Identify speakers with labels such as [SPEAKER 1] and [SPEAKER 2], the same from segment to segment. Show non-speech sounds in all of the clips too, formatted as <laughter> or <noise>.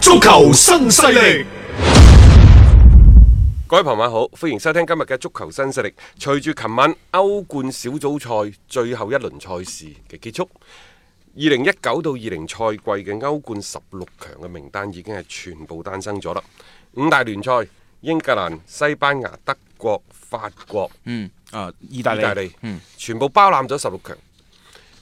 [SPEAKER 1] 足球新勢力，
[SPEAKER 2] 各位朋友好，歡迎收聽今日嘅足球新勢力。隨住琴晚歐冠小組賽最後一輪賽事嘅結束，二零一九到二零賽季嘅歐冠十六強嘅名單已經係全部誕生咗啦。五大聯賽，英格蘭、西班牙、德國、法國、
[SPEAKER 3] 嗯，啊，意
[SPEAKER 2] 意
[SPEAKER 3] 大利，
[SPEAKER 2] 大利，
[SPEAKER 3] 嗯，
[SPEAKER 2] 全部包攬咗十六強。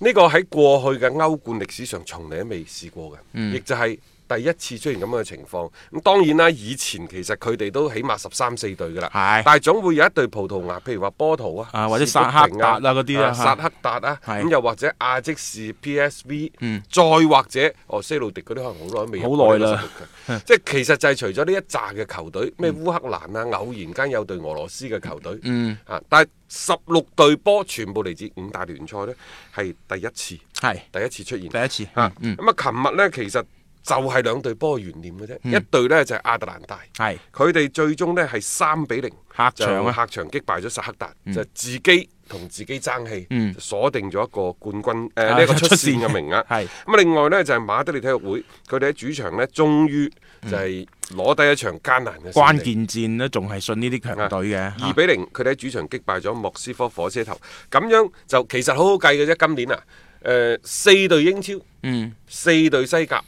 [SPEAKER 2] 呢個喺過去嘅歐冠歷史上從嚟都未試過嘅，亦、
[SPEAKER 3] 嗯
[SPEAKER 2] 就係第一次出現咁樣嘅情況。咁當然啦，以前其實佢哋都起碼十三四隊噶啦，
[SPEAKER 3] 係
[SPEAKER 2] 但係總會有一隊葡萄牙，譬如話波圖啊，
[SPEAKER 3] 啊或者
[SPEAKER 2] 士砵亭
[SPEAKER 3] 薩克達啊嗰啲啊
[SPEAKER 2] 薩克達啊，
[SPEAKER 3] 係
[SPEAKER 2] 咁又或者亞積士 PSV，、
[SPEAKER 3] 嗯
[SPEAKER 2] 再或者哦西路迪嗰啲可能好耐都未入
[SPEAKER 3] 好耐
[SPEAKER 2] 過呢個
[SPEAKER 3] 啦
[SPEAKER 2] 十六強，即係其實就係除咗呢一扎嘅球隊，咩烏克蘭啊，偶然間有隊俄羅斯嘅球隊，
[SPEAKER 3] 嗯
[SPEAKER 2] 啊，但係十六隊波全部嚟自五大聯賽呢，係第一次，
[SPEAKER 3] 係
[SPEAKER 2] 第一次出現。
[SPEAKER 3] 第一次，
[SPEAKER 2] 啊，
[SPEAKER 3] 嗯，
[SPEAKER 2] 咁啊，琴日呢，其實就係兩隊波嘅懸念嘅啫，
[SPEAKER 3] 嗯
[SPEAKER 2] 一隊呢就係亞特蘭大，
[SPEAKER 3] 係
[SPEAKER 2] 佢哋最終呢係三比零
[SPEAKER 3] 客
[SPEAKER 2] 就
[SPEAKER 3] 場啊
[SPEAKER 2] 客場擊敗咗薩克達，就自己同自己爭氣，
[SPEAKER 3] 嗯
[SPEAKER 2] 就鎖定咗一個冠軍誒
[SPEAKER 3] 啊
[SPEAKER 2] 呢一個出
[SPEAKER 3] 出
[SPEAKER 2] 線
[SPEAKER 3] 線
[SPEAKER 2] 嘅名額。
[SPEAKER 3] <laughs> 係
[SPEAKER 2] 咁啊，另外呢，就係馬德里體育會，佢哋喺主場呢，終於就係攞低一場艱難嘅勝
[SPEAKER 3] 嗯關
[SPEAKER 2] 利啊
[SPEAKER 3] 鍵戰呢，仲係信呢啲強隊嘅，啊
[SPEAKER 2] 二比零，佢哋喺主場擊敗咗莫斯科火車頭，咁樣就其實好好計嘅啫。今年啊，誒、四隊英超，
[SPEAKER 3] 嗯，
[SPEAKER 2] 四隊西甲，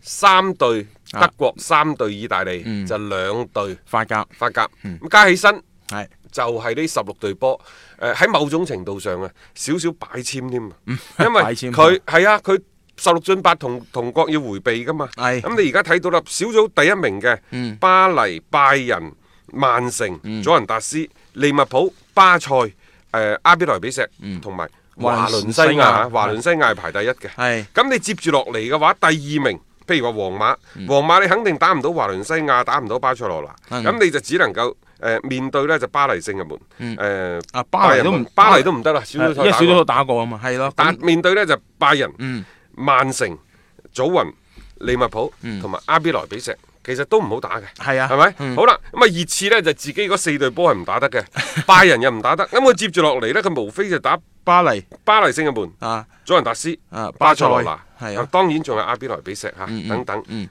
[SPEAKER 2] 三隊德國，三隊意大利，
[SPEAKER 3] 啊嗯
[SPEAKER 2] 就兩隊
[SPEAKER 3] 法甲
[SPEAKER 2] 法甲。咁、
[SPEAKER 3] 嗯
[SPEAKER 2] 加起身
[SPEAKER 3] 係
[SPEAKER 2] 就係呢十六隊波。誒、喺某種程度上啊，少少擺簽添啊，因為
[SPEAKER 3] 嗯擺簽
[SPEAKER 2] 佢係啊佢。十六進八同同國要迴避噶嘛，
[SPEAKER 3] 係
[SPEAKER 2] 咁你而家睇到啦，小組第一名嘅、
[SPEAKER 3] 嗯
[SPEAKER 2] 巴黎、拜仁、曼城、佐仁達斯、利物浦、巴塞、誒、阿比萊比錫
[SPEAKER 3] 嗯
[SPEAKER 2] 同埋華倫西亞，華
[SPEAKER 3] 華
[SPEAKER 2] 倫
[SPEAKER 3] 倫
[SPEAKER 2] 西亞係排第一嘅。
[SPEAKER 3] 係
[SPEAKER 2] 咁你接住落嚟嘅話，第二名，譬如話皇馬，皇馬你肯定打唔到華倫西亞，打唔到巴塞羅那，
[SPEAKER 3] 嗯
[SPEAKER 2] 咁你就只能夠誒、呃面對呢就巴黎聖日門，誒、
[SPEAKER 3] 啊巴黎
[SPEAKER 2] 仁
[SPEAKER 3] 都唔
[SPEAKER 2] 門巴黎都唔得啦，小
[SPEAKER 3] 因為
[SPEAKER 2] 組賽
[SPEAKER 3] 小
[SPEAKER 2] 打
[SPEAKER 3] 組
[SPEAKER 2] 過
[SPEAKER 3] 都打過啊嘛，係咯，
[SPEAKER 2] 但
[SPEAKER 3] 咁
[SPEAKER 2] 面對呢就拜仁、
[SPEAKER 3] 嗯
[SPEAKER 2] 曼城、祖雲、利物浦同埋阿比萊比錫，其實都唔好打嘅。
[SPEAKER 3] 係嗯啊，
[SPEAKER 2] 係咪？
[SPEAKER 3] 嗯
[SPEAKER 2] 好啦，咁啊熱刺呢就自己嗰四隊波係唔打得嘅，拜仁又唔打得，咁佢接住落嚟呢，佢無非就打
[SPEAKER 3] 巴黎
[SPEAKER 2] 巴黎聖日門、
[SPEAKER 3] 啊，
[SPEAKER 2] 佐仁達斯、
[SPEAKER 3] 啊
[SPEAKER 2] 巴塞羅那，
[SPEAKER 3] 巴塞係啊
[SPEAKER 2] 當然仲有阿比萊比錫嚇
[SPEAKER 3] 嗯嗯
[SPEAKER 2] 等等，誒、
[SPEAKER 3] 嗯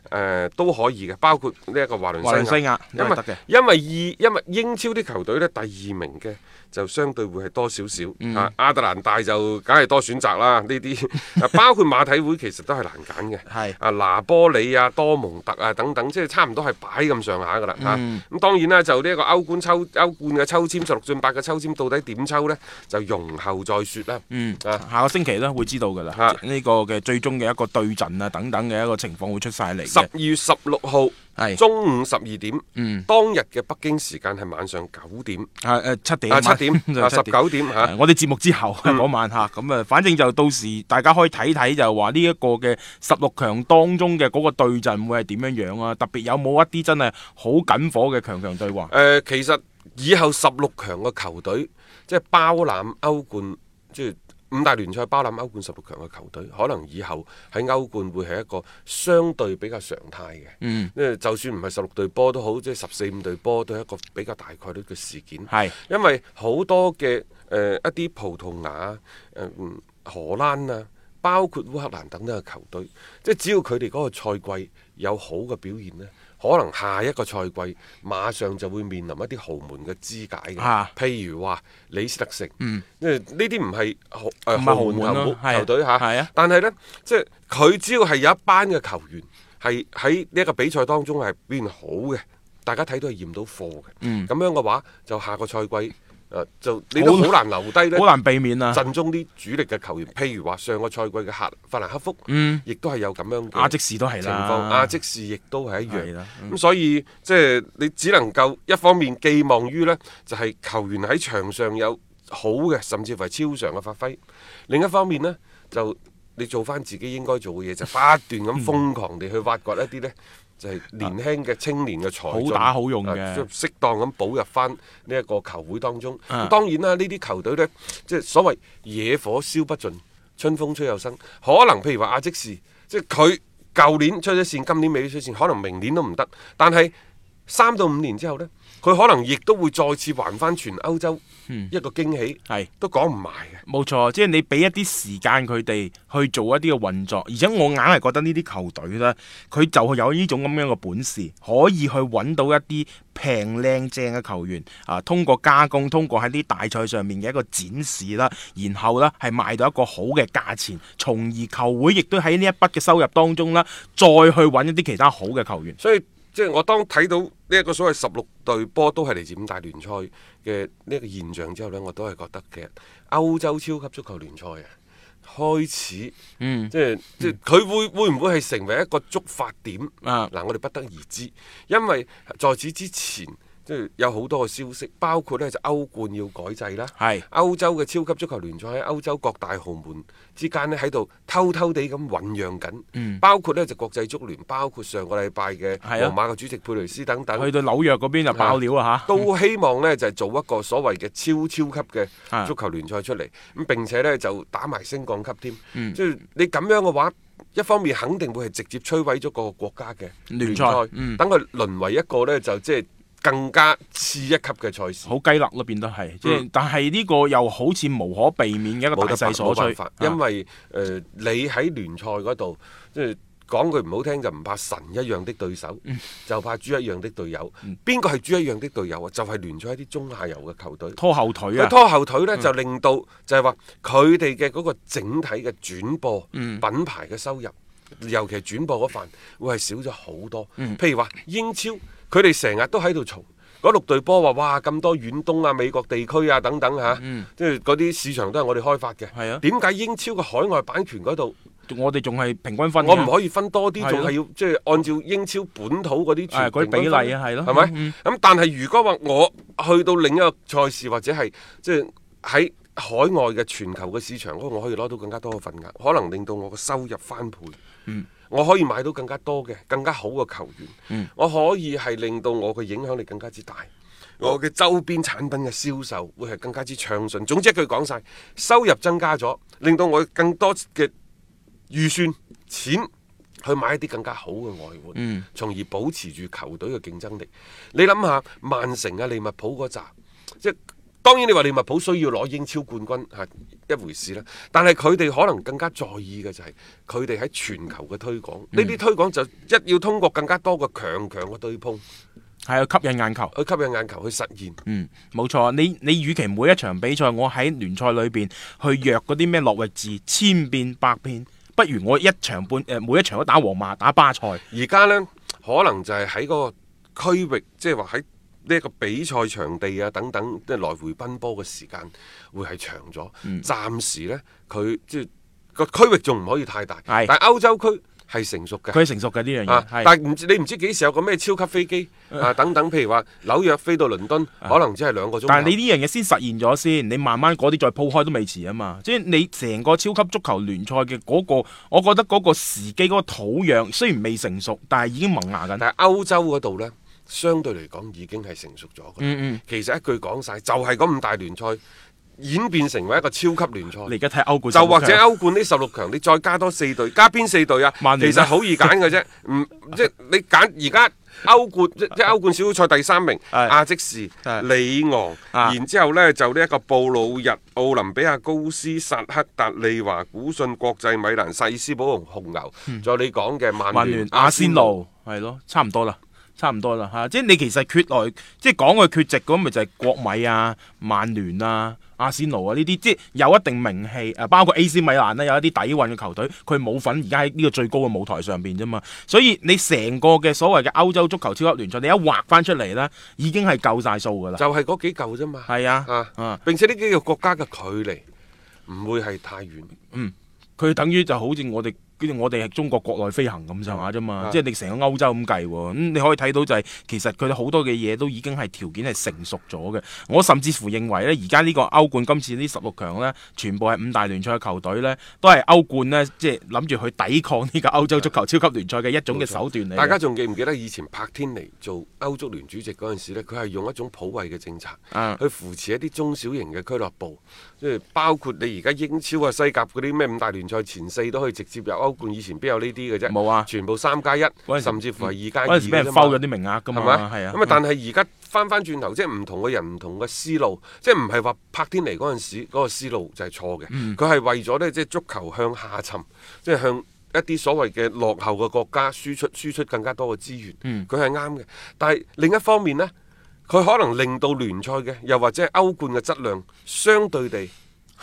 [SPEAKER 2] 都可以嘅，包括呢一個華倫
[SPEAKER 3] 華倫
[SPEAKER 2] 西
[SPEAKER 3] 西
[SPEAKER 2] 亞。
[SPEAKER 3] 亞
[SPEAKER 2] 因
[SPEAKER 3] 因
[SPEAKER 2] 為
[SPEAKER 3] 為得嘅，
[SPEAKER 2] 因為意因為英超啲球隊呢，第二名嘅就相對會係多少少
[SPEAKER 3] 嗯
[SPEAKER 2] 啊，亞特蘭大就梗係多選擇啦。
[SPEAKER 3] <laughs>
[SPEAKER 2] 呢啲啊包括馬體會其實都係難揀嘅，
[SPEAKER 3] 係
[SPEAKER 2] 啊拿波里啊、多蒙特啊等等，即係差唔多係擺咁上下㗎啦嚇。
[SPEAKER 3] 嗯
[SPEAKER 2] 咁當然啦，就呢一個歐冠抽歐冠嘅抽籤十六進八嘅抽籤，到底點抽呢？就容後再説啦。
[SPEAKER 3] 嗯，
[SPEAKER 2] 啊
[SPEAKER 3] 下個星期咧會知道噶啦
[SPEAKER 2] 啊，
[SPEAKER 3] 呢個嘅最終嘅一個對陣啊等等嘅一個情況會出晒嚟
[SPEAKER 2] 十
[SPEAKER 3] 嘅
[SPEAKER 2] 二，月十六號
[SPEAKER 3] 係
[SPEAKER 2] 中午十二點，
[SPEAKER 3] 嗯，
[SPEAKER 2] 當日嘅北京時間係晚上九點
[SPEAKER 3] 啊誒七點
[SPEAKER 2] 啊七點
[SPEAKER 3] <laughs> 就
[SPEAKER 2] 啊
[SPEAKER 3] 七
[SPEAKER 2] 十九點嚇。
[SPEAKER 3] 誒我哋節目之後嗰晚嚇，咁啊，反正就到時大家可以睇睇，就話呢一個嘅十六強當中嘅嗰個對陣會係點樣樣啊？特別有冇一啲真係好緊火嘅強強對話
[SPEAKER 2] 誒、？其實以後十六強嘅球隊，即係包攬歐冠，即係五大聯賽包攬歐冠十六強嘅球隊，可能以後喺歐冠會係一個相對比較常態嘅。
[SPEAKER 3] 嗯，
[SPEAKER 2] 因為就算唔係十六隊波都好，即係十四五隊波都係一個比較大概率嘅事件。
[SPEAKER 3] 係
[SPEAKER 2] 因為好多嘅誒、呃一啲葡萄牙啊、誒、嗯荷蘭啊，包括烏克蘭等等嘅球隊，即係只要佢哋嗰個賽季有好嘅表現呢，可能下一個賽季馬上就會面臨一啲豪門嘅肢解嘅，
[SPEAKER 3] 啊
[SPEAKER 2] 譬如話李斯特城，
[SPEAKER 3] 嗯
[SPEAKER 2] 因為呢啲唔係豪誒
[SPEAKER 3] 唔係
[SPEAKER 2] 豪
[SPEAKER 3] 豪
[SPEAKER 2] 門
[SPEAKER 3] 門咯
[SPEAKER 2] 球
[SPEAKER 3] 係啊
[SPEAKER 2] 球隊嚇，
[SPEAKER 3] 係啊
[SPEAKER 2] 但係呢，即係佢只要係有一班嘅球員係喺呢一個比賽當中係表現好嘅。大家睇到係驗到貨嘅。咁、樣嘅話，就下個賽季誒、呃就你都好難留低呢
[SPEAKER 3] 嗯好難避免啊！
[SPEAKER 2] 陣中啲主力嘅球員，譬如話上個賽季嘅客法蘭克福，亦都係有咁樣
[SPEAKER 3] 嗯
[SPEAKER 2] 嘅
[SPEAKER 3] 亞積士都係啦
[SPEAKER 2] 情況，亞積士亦都係一
[SPEAKER 3] 係
[SPEAKER 2] 樣。咁
[SPEAKER 3] 啦、
[SPEAKER 2] 所以即係你只能夠一方面寄望於呢，就係、球員喺場上有好嘅，甚至乎係超常嘅發揮；另一方面呢，就你做翻自己應該做嘅嘢，就不斷咁瘋狂地去
[SPEAKER 3] 嗯
[SPEAKER 2] 挖掘一啲呢。就係年輕嘅青年嘅才俊
[SPEAKER 3] 好打好用嘅
[SPEAKER 2] 啊適當咁補入翻呢一個球會當中。
[SPEAKER 3] 啊
[SPEAKER 2] 咁當然啦，呢啲球隊呢，即係所謂野火燒不盡，春風吹又生。可能譬如話阿積士，即係佢舊年出咗線，今年未出線，可能明年都唔得。但係三到五年之後呢，佢可能亦都會再次還翻全歐洲一個驚喜，
[SPEAKER 3] 係
[SPEAKER 2] 都講唔埋嘅。
[SPEAKER 3] 冇錯，即係你俾一啲時間佢哋去做一啲嘅運作，而且我硬係覺得呢啲球隊呢，佢就有呢種咁樣嘅本事，可以去揾到一啲平靚正嘅球員啊，通過加工，通過喺啲大賽上面嘅一個展示啦，然後呢係賣到一個好嘅價錢，從而球會亦都喺呢一筆嘅收入當中啦，再去揾一啲其他好嘅球員。
[SPEAKER 2] 所以即係我當睇到呢一個所謂十六隊波都係嚟自五大聯賽嘅呢一個現象之後呢，我都係覺得其實歐洲超級足球聯賽啊開始，
[SPEAKER 3] 嗯
[SPEAKER 2] 即係即係佢會會唔會係成為一個觸發點？
[SPEAKER 3] 啊
[SPEAKER 2] 嗱，我哋不得而知，因為在此之前。即係有好多嘅消息，包括呢就歐冠要改制啦，
[SPEAKER 3] 係
[SPEAKER 2] 歐洲嘅超級足球聯賽喺歐洲各大豪門之間呢喺度偷偷地咁醖釀緊，包括呢就國際足聯，包括上個禮拜嘅
[SPEAKER 3] 嗯係啊
[SPEAKER 2] 皇馬嘅主席佩雷斯等等，
[SPEAKER 3] 去到紐約嗰邊就爆料啊嚇，
[SPEAKER 2] 都希望呢就係、做一個所謂嘅超超級嘅
[SPEAKER 3] 啊
[SPEAKER 2] 足球聯賽出嚟，咁並且呢就打埋升降級添。
[SPEAKER 3] 嗯
[SPEAKER 2] 即係你咁樣嘅話，一方面肯定會係直接摧毀咗個國家嘅
[SPEAKER 3] 聯賽嗯
[SPEAKER 2] 等佢淪為一個呢就即係更加次一級嘅賽事。
[SPEAKER 3] 好雞肋咯，變得係，即
[SPEAKER 2] 嗯
[SPEAKER 3] 係但係呢個又好似無可避免嘅一個大
[SPEAKER 2] 冇得
[SPEAKER 3] 勢
[SPEAKER 2] 辦
[SPEAKER 3] 所
[SPEAKER 2] 冇辦
[SPEAKER 3] 趨
[SPEAKER 2] 法，，
[SPEAKER 3] 啊
[SPEAKER 2] 因為誒、呃你喺聯賽嗰度，即係講句唔好聽就唔怕神一樣的對手，
[SPEAKER 3] 嗯
[SPEAKER 2] 就怕豬一樣的隊友。邊個係豬一樣的隊友啊？就係、聯賽一啲中下游嘅球隊。
[SPEAKER 3] 拖後腿
[SPEAKER 2] 佢
[SPEAKER 3] 啊，
[SPEAKER 2] 拖後腿呢，就令到就係話佢哋嘅嗰個整體嘅轉播、
[SPEAKER 3] 嗯
[SPEAKER 2] 品牌嘅收入，尤其係轉播嗰份，會係少咗好多。
[SPEAKER 3] 嗯
[SPEAKER 2] 譬如話英超，佢哋成日都喺度嘈。嗰六隊波話：哇，咁多遠東啊、美國地區啊等等嚇、即係嗰啲市場都係我哋開發嘅。
[SPEAKER 3] 嗯係啊
[SPEAKER 2] 點解英超嘅海外版權嗰度，
[SPEAKER 3] 我哋仲係平均分嘅，
[SPEAKER 2] 我唔可以分多啲，
[SPEAKER 3] 係咯
[SPEAKER 2] 仲係要即係按照英超本土嗰
[SPEAKER 3] 係
[SPEAKER 2] 啲全
[SPEAKER 3] 嗰啲比例啊係咯
[SPEAKER 2] 係咪？
[SPEAKER 3] 嗯
[SPEAKER 2] 咁但係如果話我去到另一個賽事或者係即係喺海外嘅全球嘅市場嗰度，我可以攞到更加多嘅份額，可能令到我嘅收入翻倍。
[SPEAKER 3] 嗯
[SPEAKER 2] 我可以買到更加多嘅、更加好嘅球員，
[SPEAKER 3] 嗯
[SPEAKER 2] 我可以係令到我嘅影響力更加之大，我嘅周邊產品嘅銷售會係更加之暢順。總之一句講晒，收入增加咗，令到我更多嘅預算錢去買一啲更加好嘅外援，從而保持住球隊嘅競爭力。你諗下，曼城啊、利物浦嗰扎，即係當然你話利物浦需要攞英超冠軍係一回事啦，但係佢哋可能更加在意嘅就係佢哋喺全球嘅推廣，呢啲、推廣就一要通過更加多嘅強強嘅對碰
[SPEAKER 3] 係啊吸引眼球。
[SPEAKER 2] 去吸引眼球去實現。
[SPEAKER 3] 嗯，冇錯，你你與其每一場比賽我喺聯賽裏邊去約嗰啲咩落域字千變百變，不如我一場半誒、呃每一場都打皇馬打巴
[SPEAKER 2] <laughs>
[SPEAKER 3] 塞，
[SPEAKER 2] 而家呢，可能就係喺嗰個區域，即係話喺呢一個比賽場地啊等等，即係來回奔波嘅時間會係長咗。
[SPEAKER 3] 嗯
[SPEAKER 2] 暫時呢，佢即係個區域仲唔可以太大，
[SPEAKER 3] 係
[SPEAKER 2] 但係歐洲區係成熟嘅。
[SPEAKER 3] 佢係成熟嘅呢樣
[SPEAKER 2] 啊！
[SPEAKER 3] 嘢，
[SPEAKER 2] 但
[SPEAKER 3] 係
[SPEAKER 2] 係唔知你唔知幾時有個咩超級飛機啊等等，譬如話紐約飛到倫敦，可能只係兩個鐘頭。
[SPEAKER 3] 啊但係你呢樣嘢先實現咗先，你慢慢嗰啲再鋪開都未遲啊嘛。即係你成個超級足球聯賽嘅嗰個，我覺得嗰個時機嗰個土壤雖然未成熟，但係已經萌芽緊。
[SPEAKER 2] 但係歐洲嗰度呢，相對嚟講已經係成熟咗㗎啦。
[SPEAKER 3] 嗯嗯
[SPEAKER 2] 其實一句講晒，就係嗰五大聯賽演變成為一個超級聯賽。
[SPEAKER 3] 你而家睇歐冠
[SPEAKER 2] 就或者
[SPEAKER 3] 16強
[SPEAKER 2] 歐冠呢十六強，你再加多四隊，加邊四隊啊？
[SPEAKER 3] 曼聯
[SPEAKER 2] 其
[SPEAKER 3] 啊
[SPEAKER 2] 實好易揀嘅啫，
[SPEAKER 3] <laughs>
[SPEAKER 2] 唔即係你揀而家歐冠即即係歐冠小組賽第三名，
[SPEAKER 3] 係
[SPEAKER 2] 亞積士、
[SPEAKER 3] 係
[SPEAKER 2] 里昂，
[SPEAKER 3] 啊
[SPEAKER 2] 然之後呢，就呢一個布魯日、奧林比亞高斯、薩克達、利華、古信、國際米蘭、細斯堡同紅牛，仲有你講嘅
[SPEAKER 3] 嗯
[SPEAKER 2] 曼
[SPEAKER 3] 曼
[SPEAKER 2] 聯
[SPEAKER 3] 聯、
[SPEAKER 2] 阿
[SPEAKER 3] 阿仙奴係咯，差唔多啦。差唔多啦嚇、即係你其實缺來，即係講佢缺席咁，咪就係國米啊、曼聯啊、阿仙奴啊呢啲，即係有一定名氣啊，包括 AC 米蘭啦、有一啲底運嘅球隊，佢冇份而家喺呢個最高嘅舞台上邊啫嘛。所以你成個嘅所謂嘅歐洲足球超級聯賽，你一畫翻出嚟啦，已經係夠晒數㗎啦。
[SPEAKER 2] 就係嗰幾嚿啫嘛。
[SPEAKER 3] 係啊，
[SPEAKER 2] 啊
[SPEAKER 3] 啊，
[SPEAKER 2] 並且呢幾個國家嘅距離唔會係太遠。
[SPEAKER 3] 佢等於就好似我哋。跟住我哋係中國國內飛行咁上下啫嘛，
[SPEAKER 2] 嗯
[SPEAKER 3] 即係你成個歐洲咁計喎，咁、你可以睇到就係、其實佢哋好多嘅嘢都已經係條件係成熟咗嘅。我甚至乎認為呢，而家呢個歐冠今次呢十六強呢，全部係五大聯賽嘅球隊呢，都係歐冠呢，即係諗住去抵抗呢個歐洲足球超級聯賽嘅一種嘅手段嚟嘅。
[SPEAKER 2] 大家仲記唔記得以前柏天尼做歐足聯主席嗰陣時咧，佢係用一種普惠嘅政策
[SPEAKER 3] 啊
[SPEAKER 2] 去扶持一啲中小型嘅俱樂部，即係包括你而家英超啊、西甲嗰啲咩五大聯賽前四都可以直接入歐冠，以前邊有呢啲嘅啫？
[SPEAKER 3] 冇啊
[SPEAKER 2] 全部三加一
[SPEAKER 3] 陣，時
[SPEAKER 2] 甚至乎係二加二
[SPEAKER 3] 嗰陣時俾人
[SPEAKER 2] 嘅啫
[SPEAKER 3] f
[SPEAKER 2] 嘛
[SPEAKER 3] o 咗啲名額㗎嘛，
[SPEAKER 2] 係
[SPEAKER 3] 係啊。
[SPEAKER 2] 咁啊，但係而家翻翻轉頭，即係唔同嘅人、唔同嘅思路，即係唔係話柏天尼嗰陣時嗰個思路就係錯嘅。
[SPEAKER 3] 嗯
[SPEAKER 2] 佢係為咗呢，即係足球向下沉，即係向一啲所謂嘅落後嘅國家輸出輸出更加多嘅資
[SPEAKER 3] 嗯
[SPEAKER 2] 源。佢係啱嘅，但係另一方面呢，佢可能令到聯賽嘅，又或者係歐冠嘅質量相對地。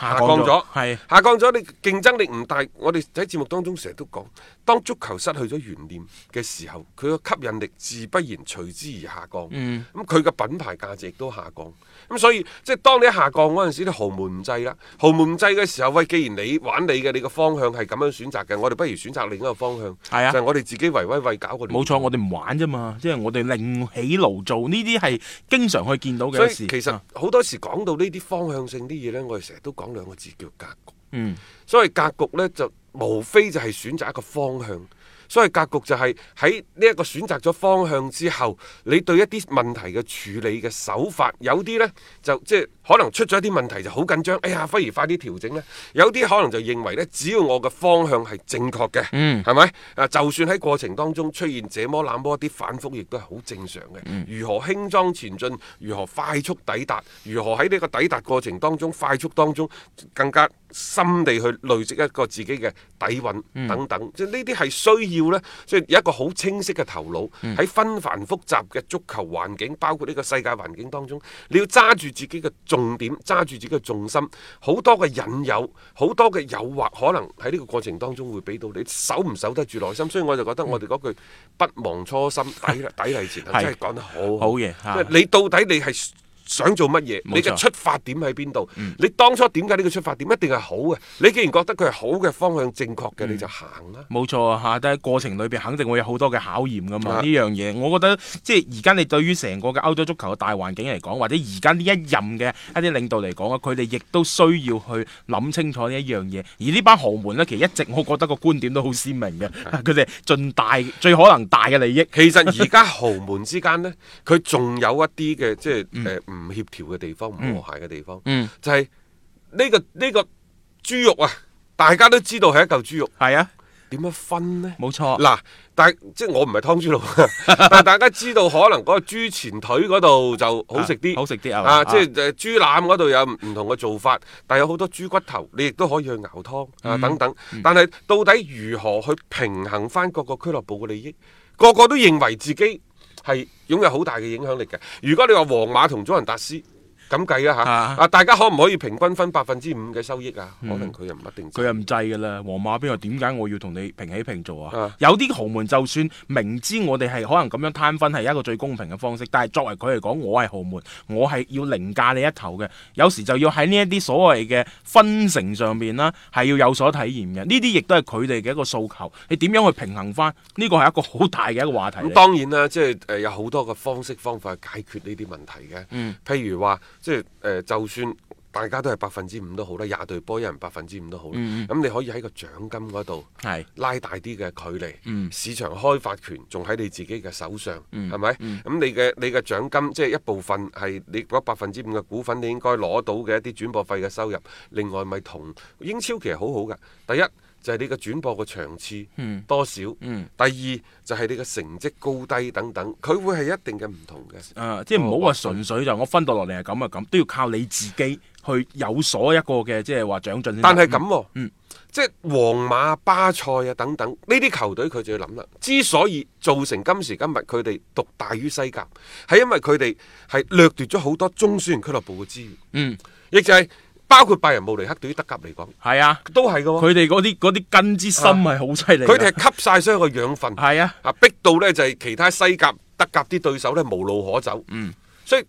[SPEAKER 3] 下
[SPEAKER 2] 下
[SPEAKER 3] 降
[SPEAKER 2] 降
[SPEAKER 3] 咗
[SPEAKER 2] 咗，
[SPEAKER 3] 係
[SPEAKER 2] 下降咗，你競爭力唔大。我哋喺節目當中成日都講，當足球失去咗懸念嘅時候，佢個吸引力自不然隨之而下降。
[SPEAKER 3] 嗯
[SPEAKER 2] 咁佢嘅品牌價值亦都下降。咁所以即係當你一下降嗰陣時，你豪門唔制啦，豪門唔制嘅時候，喂，既然你玩你嘅，你個方向係咁樣選擇嘅，我哋不如選擇另一個方向，
[SPEAKER 3] 係啊
[SPEAKER 2] 就係我哋自己維威為搞個聯
[SPEAKER 3] 冇錯，我哋唔玩啫嘛，即係我哋另起爐造，呢啲係經常去見到
[SPEAKER 2] 所
[SPEAKER 3] 嘅
[SPEAKER 2] 以
[SPEAKER 3] 事。
[SPEAKER 2] 其實
[SPEAKER 3] 啊
[SPEAKER 2] 好多時講到呢啲方向性啲嘢呢，我哋成日都講兩個字叫格局。
[SPEAKER 3] 嗯。
[SPEAKER 2] 所謂格局呢，就無非就係選擇一個方向。所謂格局就係喺呢一個選擇咗方向之後，你對一啲問題嘅處理嘅手法，有啲呢，就即係可能出咗一啲問題就好緊張，哎呀，不如快啲調整呢。有啲可能就認為呢，只要我嘅方向係正確嘅，
[SPEAKER 3] 嗯
[SPEAKER 2] 係咪？啊，就算喺過程當中出現這麼那麼一啲反覆，亦都係好正常嘅。如何輕裝前進，如何快速抵達，如何喺呢個抵達過程當中快速當中更加深地去累積一個自己嘅底蘊
[SPEAKER 3] 嗯
[SPEAKER 2] 等等，即係呢啲係需要呢，即係有一個好清晰嘅頭腦
[SPEAKER 3] 嗯
[SPEAKER 2] 喺紛繁複雜嘅足球環境，包括呢個世界環境當中，你要揸住自己嘅重點，揸住自己嘅重心，好多嘅引誘，好多嘅誘惑，可能喺呢個過程當中會俾到你，守唔守得住內心？所以我就覺得我哋嗰句不忘
[SPEAKER 3] <laughs>
[SPEAKER 2] 初心，砥砺砥砺前行，
[SPEAKER 3] 係
[SPEAKER 2] 真係講得好
[SPEAKER 3] 好嘢啊嚇
[SPEAKER 2] 即係你到底你係想做乜嘢？
[SPEAKER 3] 冇錯嗯
[SPEAKER 2] 你嘅出發點喺邊度？你當初點解呢個出發點一定係好嘅？你既然覺得佢係好嘅方向正確
[SPEAKER 3] 嗯
[SPEAKER 2] 嘅，你就行啦。
[SPEAKER 3] 冇錯啊，嚇！但係過程裏邊肯定會有好多嘅考驗噶嘛。
[SPEAKER 2] 啊
[SPEAKER 3] 呢樣嘢，我覺得即係而家你對於成個嘅歐洲足球嘅大環境嚟講，或者而家呢一任嘅一啲領導嚟講啊，佢哋亦都需要去諗清楚呢一樣嘢。而呢班豪門呢，其實一直我覺得個觀點都好鮮明嘅，啊佢哋盡大最可能大嘅利益。
[SPEAKER 2] 其實而家豪門之間
[SPEAKER 3] <laughs>
[SPEAKER 2] 呢，佢仲有一啲嘅即係誒唔協調嘅地方，唔和諧嘅地方，
[SPEAKER 3] 嗯
[SPEAKER 2] 就係呢、個呢、個豬肉啊，大家都知道係一嚿豬肉，
[SPEAKER 3] 係啊，
[SPEAKER 2] 點樣分呢？
[SPEAKER 3] 冇錯。
[SPEAKER 2] 嗱，但即係我唔係湯豬佬，啊 <laughs> 但係大家知道可能嗰個豬前腿嗰度就好食啲，
[SPEAKER 3] 啊好食啲啊
[SPEAKER 2] 啊！
[SPEAKER 3] 啊
[SPEAKER 2] 即係誒豬腩嗰度有唔同嘅做法，但係有好多豬骨頭，你亦都可以去熬湯啊
[SPEAKER 3] 嗯
[SPEAKER 2] 等等。但係到底如何去平衡翻各個俱樂部嘅利益？個個都認為自己係擁有好大嘅影響力嘅。如果你話皇馬同祖雲達斯。咁計啦嚇，
[SPEAKER 3] 啊嗯
[SPEAKER 2] 啊大家可唔可以平均分百分之五嘅收益啊？可能佢又唔一定知。
[SPEAKER 3] 佢又唔制㗎啦，皇馬邊個點解我要同你平起平坐啊？
[SPEAKER 2] 啊
[SPEAKER 3] 有啲豪門就算明知我哋係可能咁樣攤分係一個最公平嘅方式，但係作為佢嚟講，我係豪門，我係要凌駕你一頭嘅。有時就要喺呢一啲所謂嘅分成上邊啦，係要有所體驗嘅。呢啲亦都係佢哋嘅一個訴求。你點樣去平衡翻？呢個係一個好大嘅一個話題嚟。
[SPEAKER 2] 咁當然啦，即係誒有好多嘅方式方法去解決呢啲問題嘅。
[SPEAKER 3] 嗯
[SPEAKER 2] 譬如話，即係誒，就算大家都係百分之五都好啦，廿隊波一人百分之五都好啦。咁、你可以喺個獎金嗰度
[SPEAKER 3] 嗯係
[SPEAKER 2] 拉大啲嘅距離，
[SPEAKER 3] 嗯
[SPEAKER 2] 市場開發權仲喺你自己嘅手上，係咪、
[SPEAKER 3] 嗯
[SPEAKER 2] 咁你嘅你嘅獎金即係一部分係你嗰百分之五嘅股份，你應該攞到嘅一啲轉播費嘅收入。另外咪同英超其實好好㗎，第一。就係你嘅轉播嘅場次
[SPEAKER 3] 嗯
[SPEAKER 2] 多少，
[SPEAKER 3] 嗯
[SPEAKER 2] 第二就係你嘅成績高低等等，佢會係一定嘅唔同嘅。
[SPEAKER 3] 啊即係唔好話純粹就我分到落嚟係咁啊咁，都要靠你自己去有所一個嘅即係話長進先得。
[SPEAKER 2] 但係咁喎，
[SPEAKER 3] 嗯
[SPEAKER 2] 即係皇馬、巴塞啊等等呢啲球隊，佢就要諗啦。之所以造成今時今日佢哋獨大於西甲，係因為佢哋係掠奪咗好多中小型俱樂部嘅資源，
[SPEAKER 3] 嗯，
[SPEAKER 2] 亦就係包括拜仁慕尼黑對於德甲嚟講
[SPEAKER 3] 係啊，
[SPEAKER 2] 都係嘅喎。
[SPEAKER 3] 佢哋嗰啲嗰啲根之深係好犀利㗎。
[SPEAKER 2] 佢哋係吸晒所有嘅養分，
[SPEAKER 3] 係啊，
[SPEAKER 2] 啊逼到呢就係、其他西甲、德甲啲對手呢無路可走。
[SPEAKER 3] 嗯，
[SPEAKER 2] 所以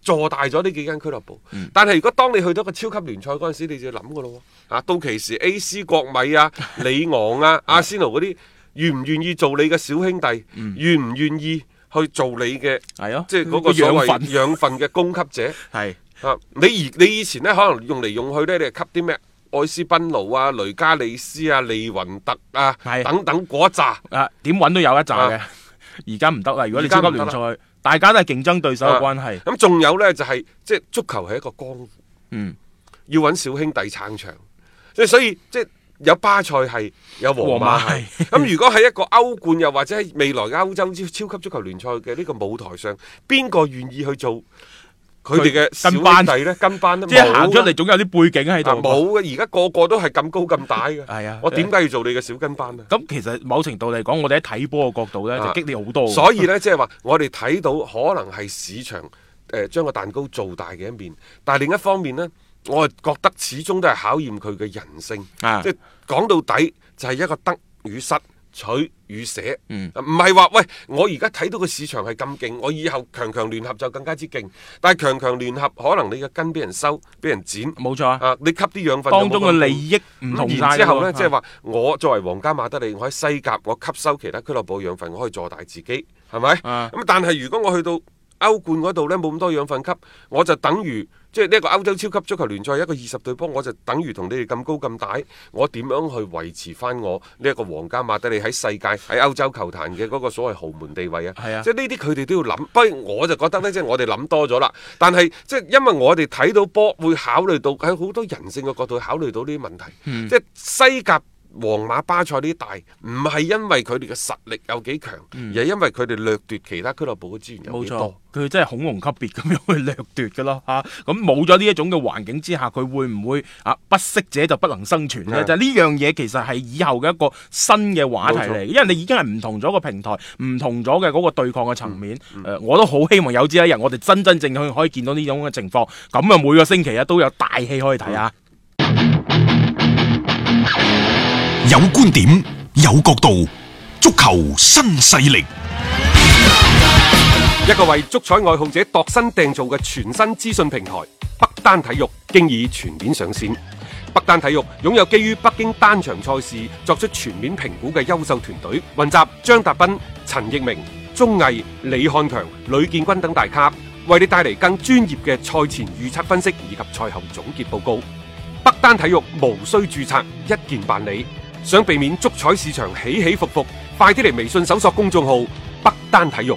[SPEAKER 2] 坐大咗呢幾間俱樂部。但係如果當你去到一個超級聯賽嗰陣時，你就要諗噶咯喎。啊，到期時 A.C. 國
[SPEAKER 3] <laughs>
[SPEAKER 2] 米啊、里昂啊、阿仙奴嗰啲，願唔願意做你嘅小兄弟？願唔願意去做你嘅？
[SPEAKER 3] 嗯係咯，
[SPEAKER 2] 即係嗰個所
[SPEAKER 3] 養
[SPEAKER 2] 謂
[SPEAKER 3] 分
[SPEAKER 2] 養分嘅供給者。
[SPEAKER 3] 係
[SPEAKER 2] 啊！你而你以前呢，可能用嚟用去呢，你係吸啲咩？愛斯賓奴啊、雷加利斯啊、利雲特啊
[SPEAKER 3] 係
[SPEAKER 2] 等等嗰一紮，
[SPEAKER 3] 啊點揾都有一紮嘅。而家唔得啦，如果你超級聯
[SPEAKER 2] 而家
[SPEAKER 3] 賽，大家都係競爭對手嘅關係。
[SPEAKER 2] 啊咁仲有呢，就係、即係足球係一個江湖，
[SPEAKER 3] 嗯，
[SPEAKER 2] 要揾小兄弟撐場，即係所以即係有巴塞係有皇馬
[SPEAKER 3] 皇馬
[SPEAKER 2] 係。咁如果喺一個歐冠又或者係未來嘅歐洲超超級足球聯賽嘅呢個舞台上，邊個願意去做佢哋嘅小
[SPEAKER 3] 跟班
[SPEAKER 2] 兄弟呢？跟班呢
[SPEAKER 3] 即係行出
[SPEAKER 2] 冇
[SPEAKER 3] 嚟
[SPEAKER 2] 㗎
[SPEAKER 3] 總有啲背景喺度。
[SPEAKER 2] 啊冇嘅，而家個個都係咁高咁大嘅。
[SPEAKER 3] 係啊
[SPEAKER 2] 我點解要做你嘅小跟班啊？
[SPEAKER 3] 咁其實某程度嚟講，我哋喺睇波嘅角度咧，
[SPEAKER 2] 啊
[SPEAKER 3] 就激烈好多。
[SPEAKER 2] 所以呢，即係話我哋睇到可能係市場誒、呃、將個蛋糕做大嘅一面，但係另一方面呢，我係覺得始終都係考驗佢嘅人性。
[SPEAKER 3] 啊
[SPEAKER 2] 即係講到底就係一個得與失。取與捨，
[SPEAKER 3] 嗯
[SPEAKER 2] 唔係話喂，我而家睇到個市場係咁勁，我以後強強聯合就更加之勁。但係強強聯合可能你嘅根俾人收，俾人剪，
[SPEAKER 3] 冇錯啊，
[SPEAKER 2] 啊，你吸啲養分
[SPEAKER 3] 當中
[SPEAKER 2] 就冇咁
[SPEAKER 3] 嘅
[SPEAKER 2] 勁
[SPEAKER 3] 利益唔同
[SPEAKER 2] 咁
[SPEAKER 3] 晒
[SPEAKER 2] 然
[SPEAKER 3] 㗎
[SPEAKER 2] 之後
[SPEAKER 3] 喎
[SPEAKER 2] 呢，即係
[SPEAKER 3] 啊
[SPEAKER 2] 話我作為皇家馬德里，我喺西甲，我吸收其他俱樂部嘅養分，我可以做大自己，係咪？咁、
[SPEAKER 3] 啊
[SPEAKER 2] 但係如果我去到歐冠嗰度呢，冇咁多養分吸，我就等於即係呢一個歐洲超級足球聯賽一個二十隊波，我就等於同你哋咁高咁大，我點樣去維持翻我呢一個皇家馬德里喺世界喺歐洲球壇嘅嗰個所謂豪門地位啊？
[SPEAKER 3] 係啊
[SPEAKER 2] 即係呢啲佢哋都要諗。不過我就覺得呢，即係我哋諗多咗啦。但係即係因為我哋睇到波，會考慮到喺好多人性嘅角度去考慮到呢啲問題。
[SPEAKER 3] 嗯
[SPEAKER 2] 即係西甲。皇馬、巴塞呢啲大，唔係因為佢哋嘅實力有幾強，而係因為佢哋掠奪其他俱樂部嘅資源
[SPEAKER 3] 嗯
[SPEAKER 2] 有
[SPEAKER 3] 冇
[SPEAKER 2] 幾
[SPEAKER 3] 錯
[SPEAKER 2] 多。，
[SPEAKER 3] 佢真係恐龍級別咁樣去掠奪嘅咯 <laughs> 嚇。咁冇咗呢一種嘅環境之下，佢會唔會啊不適者就不能生存呢？
[SPEAKER 2] 嗯
[SPEAKER 3] 就呢樣嘢其實係以後嘅一個新嘅話題嚟，
[SPEAKER 2] 冇錯
[SPEAKER 3] 因為你已經係唔同咗個平台，唔同咗嘅嗰個對抗嘅層面。誒、
[SPEAKER 2] 嗯
[SPEAKER 3] 呃我都好希望有朝一日我哋真真正正可以見到呢種嘅情況。咁啊，每個星期啊都有大戲可以睇啊！
[SPEAKER 1] 有觀點，有角度，足球新勢力。
[SPEAKER 2] 一個為足彩愛好者度身訂造嘅全新資訊平台北單體育，經已全面上線。北單體育擁有基於北京單場賽事作出全面評估嘅優秀團隊，雲集張達斌、陳奕明、鐘毅、李漢強、呂建軍等大咖，為你帶嚟更專業嘅賽前預測分析以及賽後總結報告。北單體育無需註冊，一鍵辦理。想避免足彩市場起起伏伏，快啲嚟微信搜索公眾號北單體育，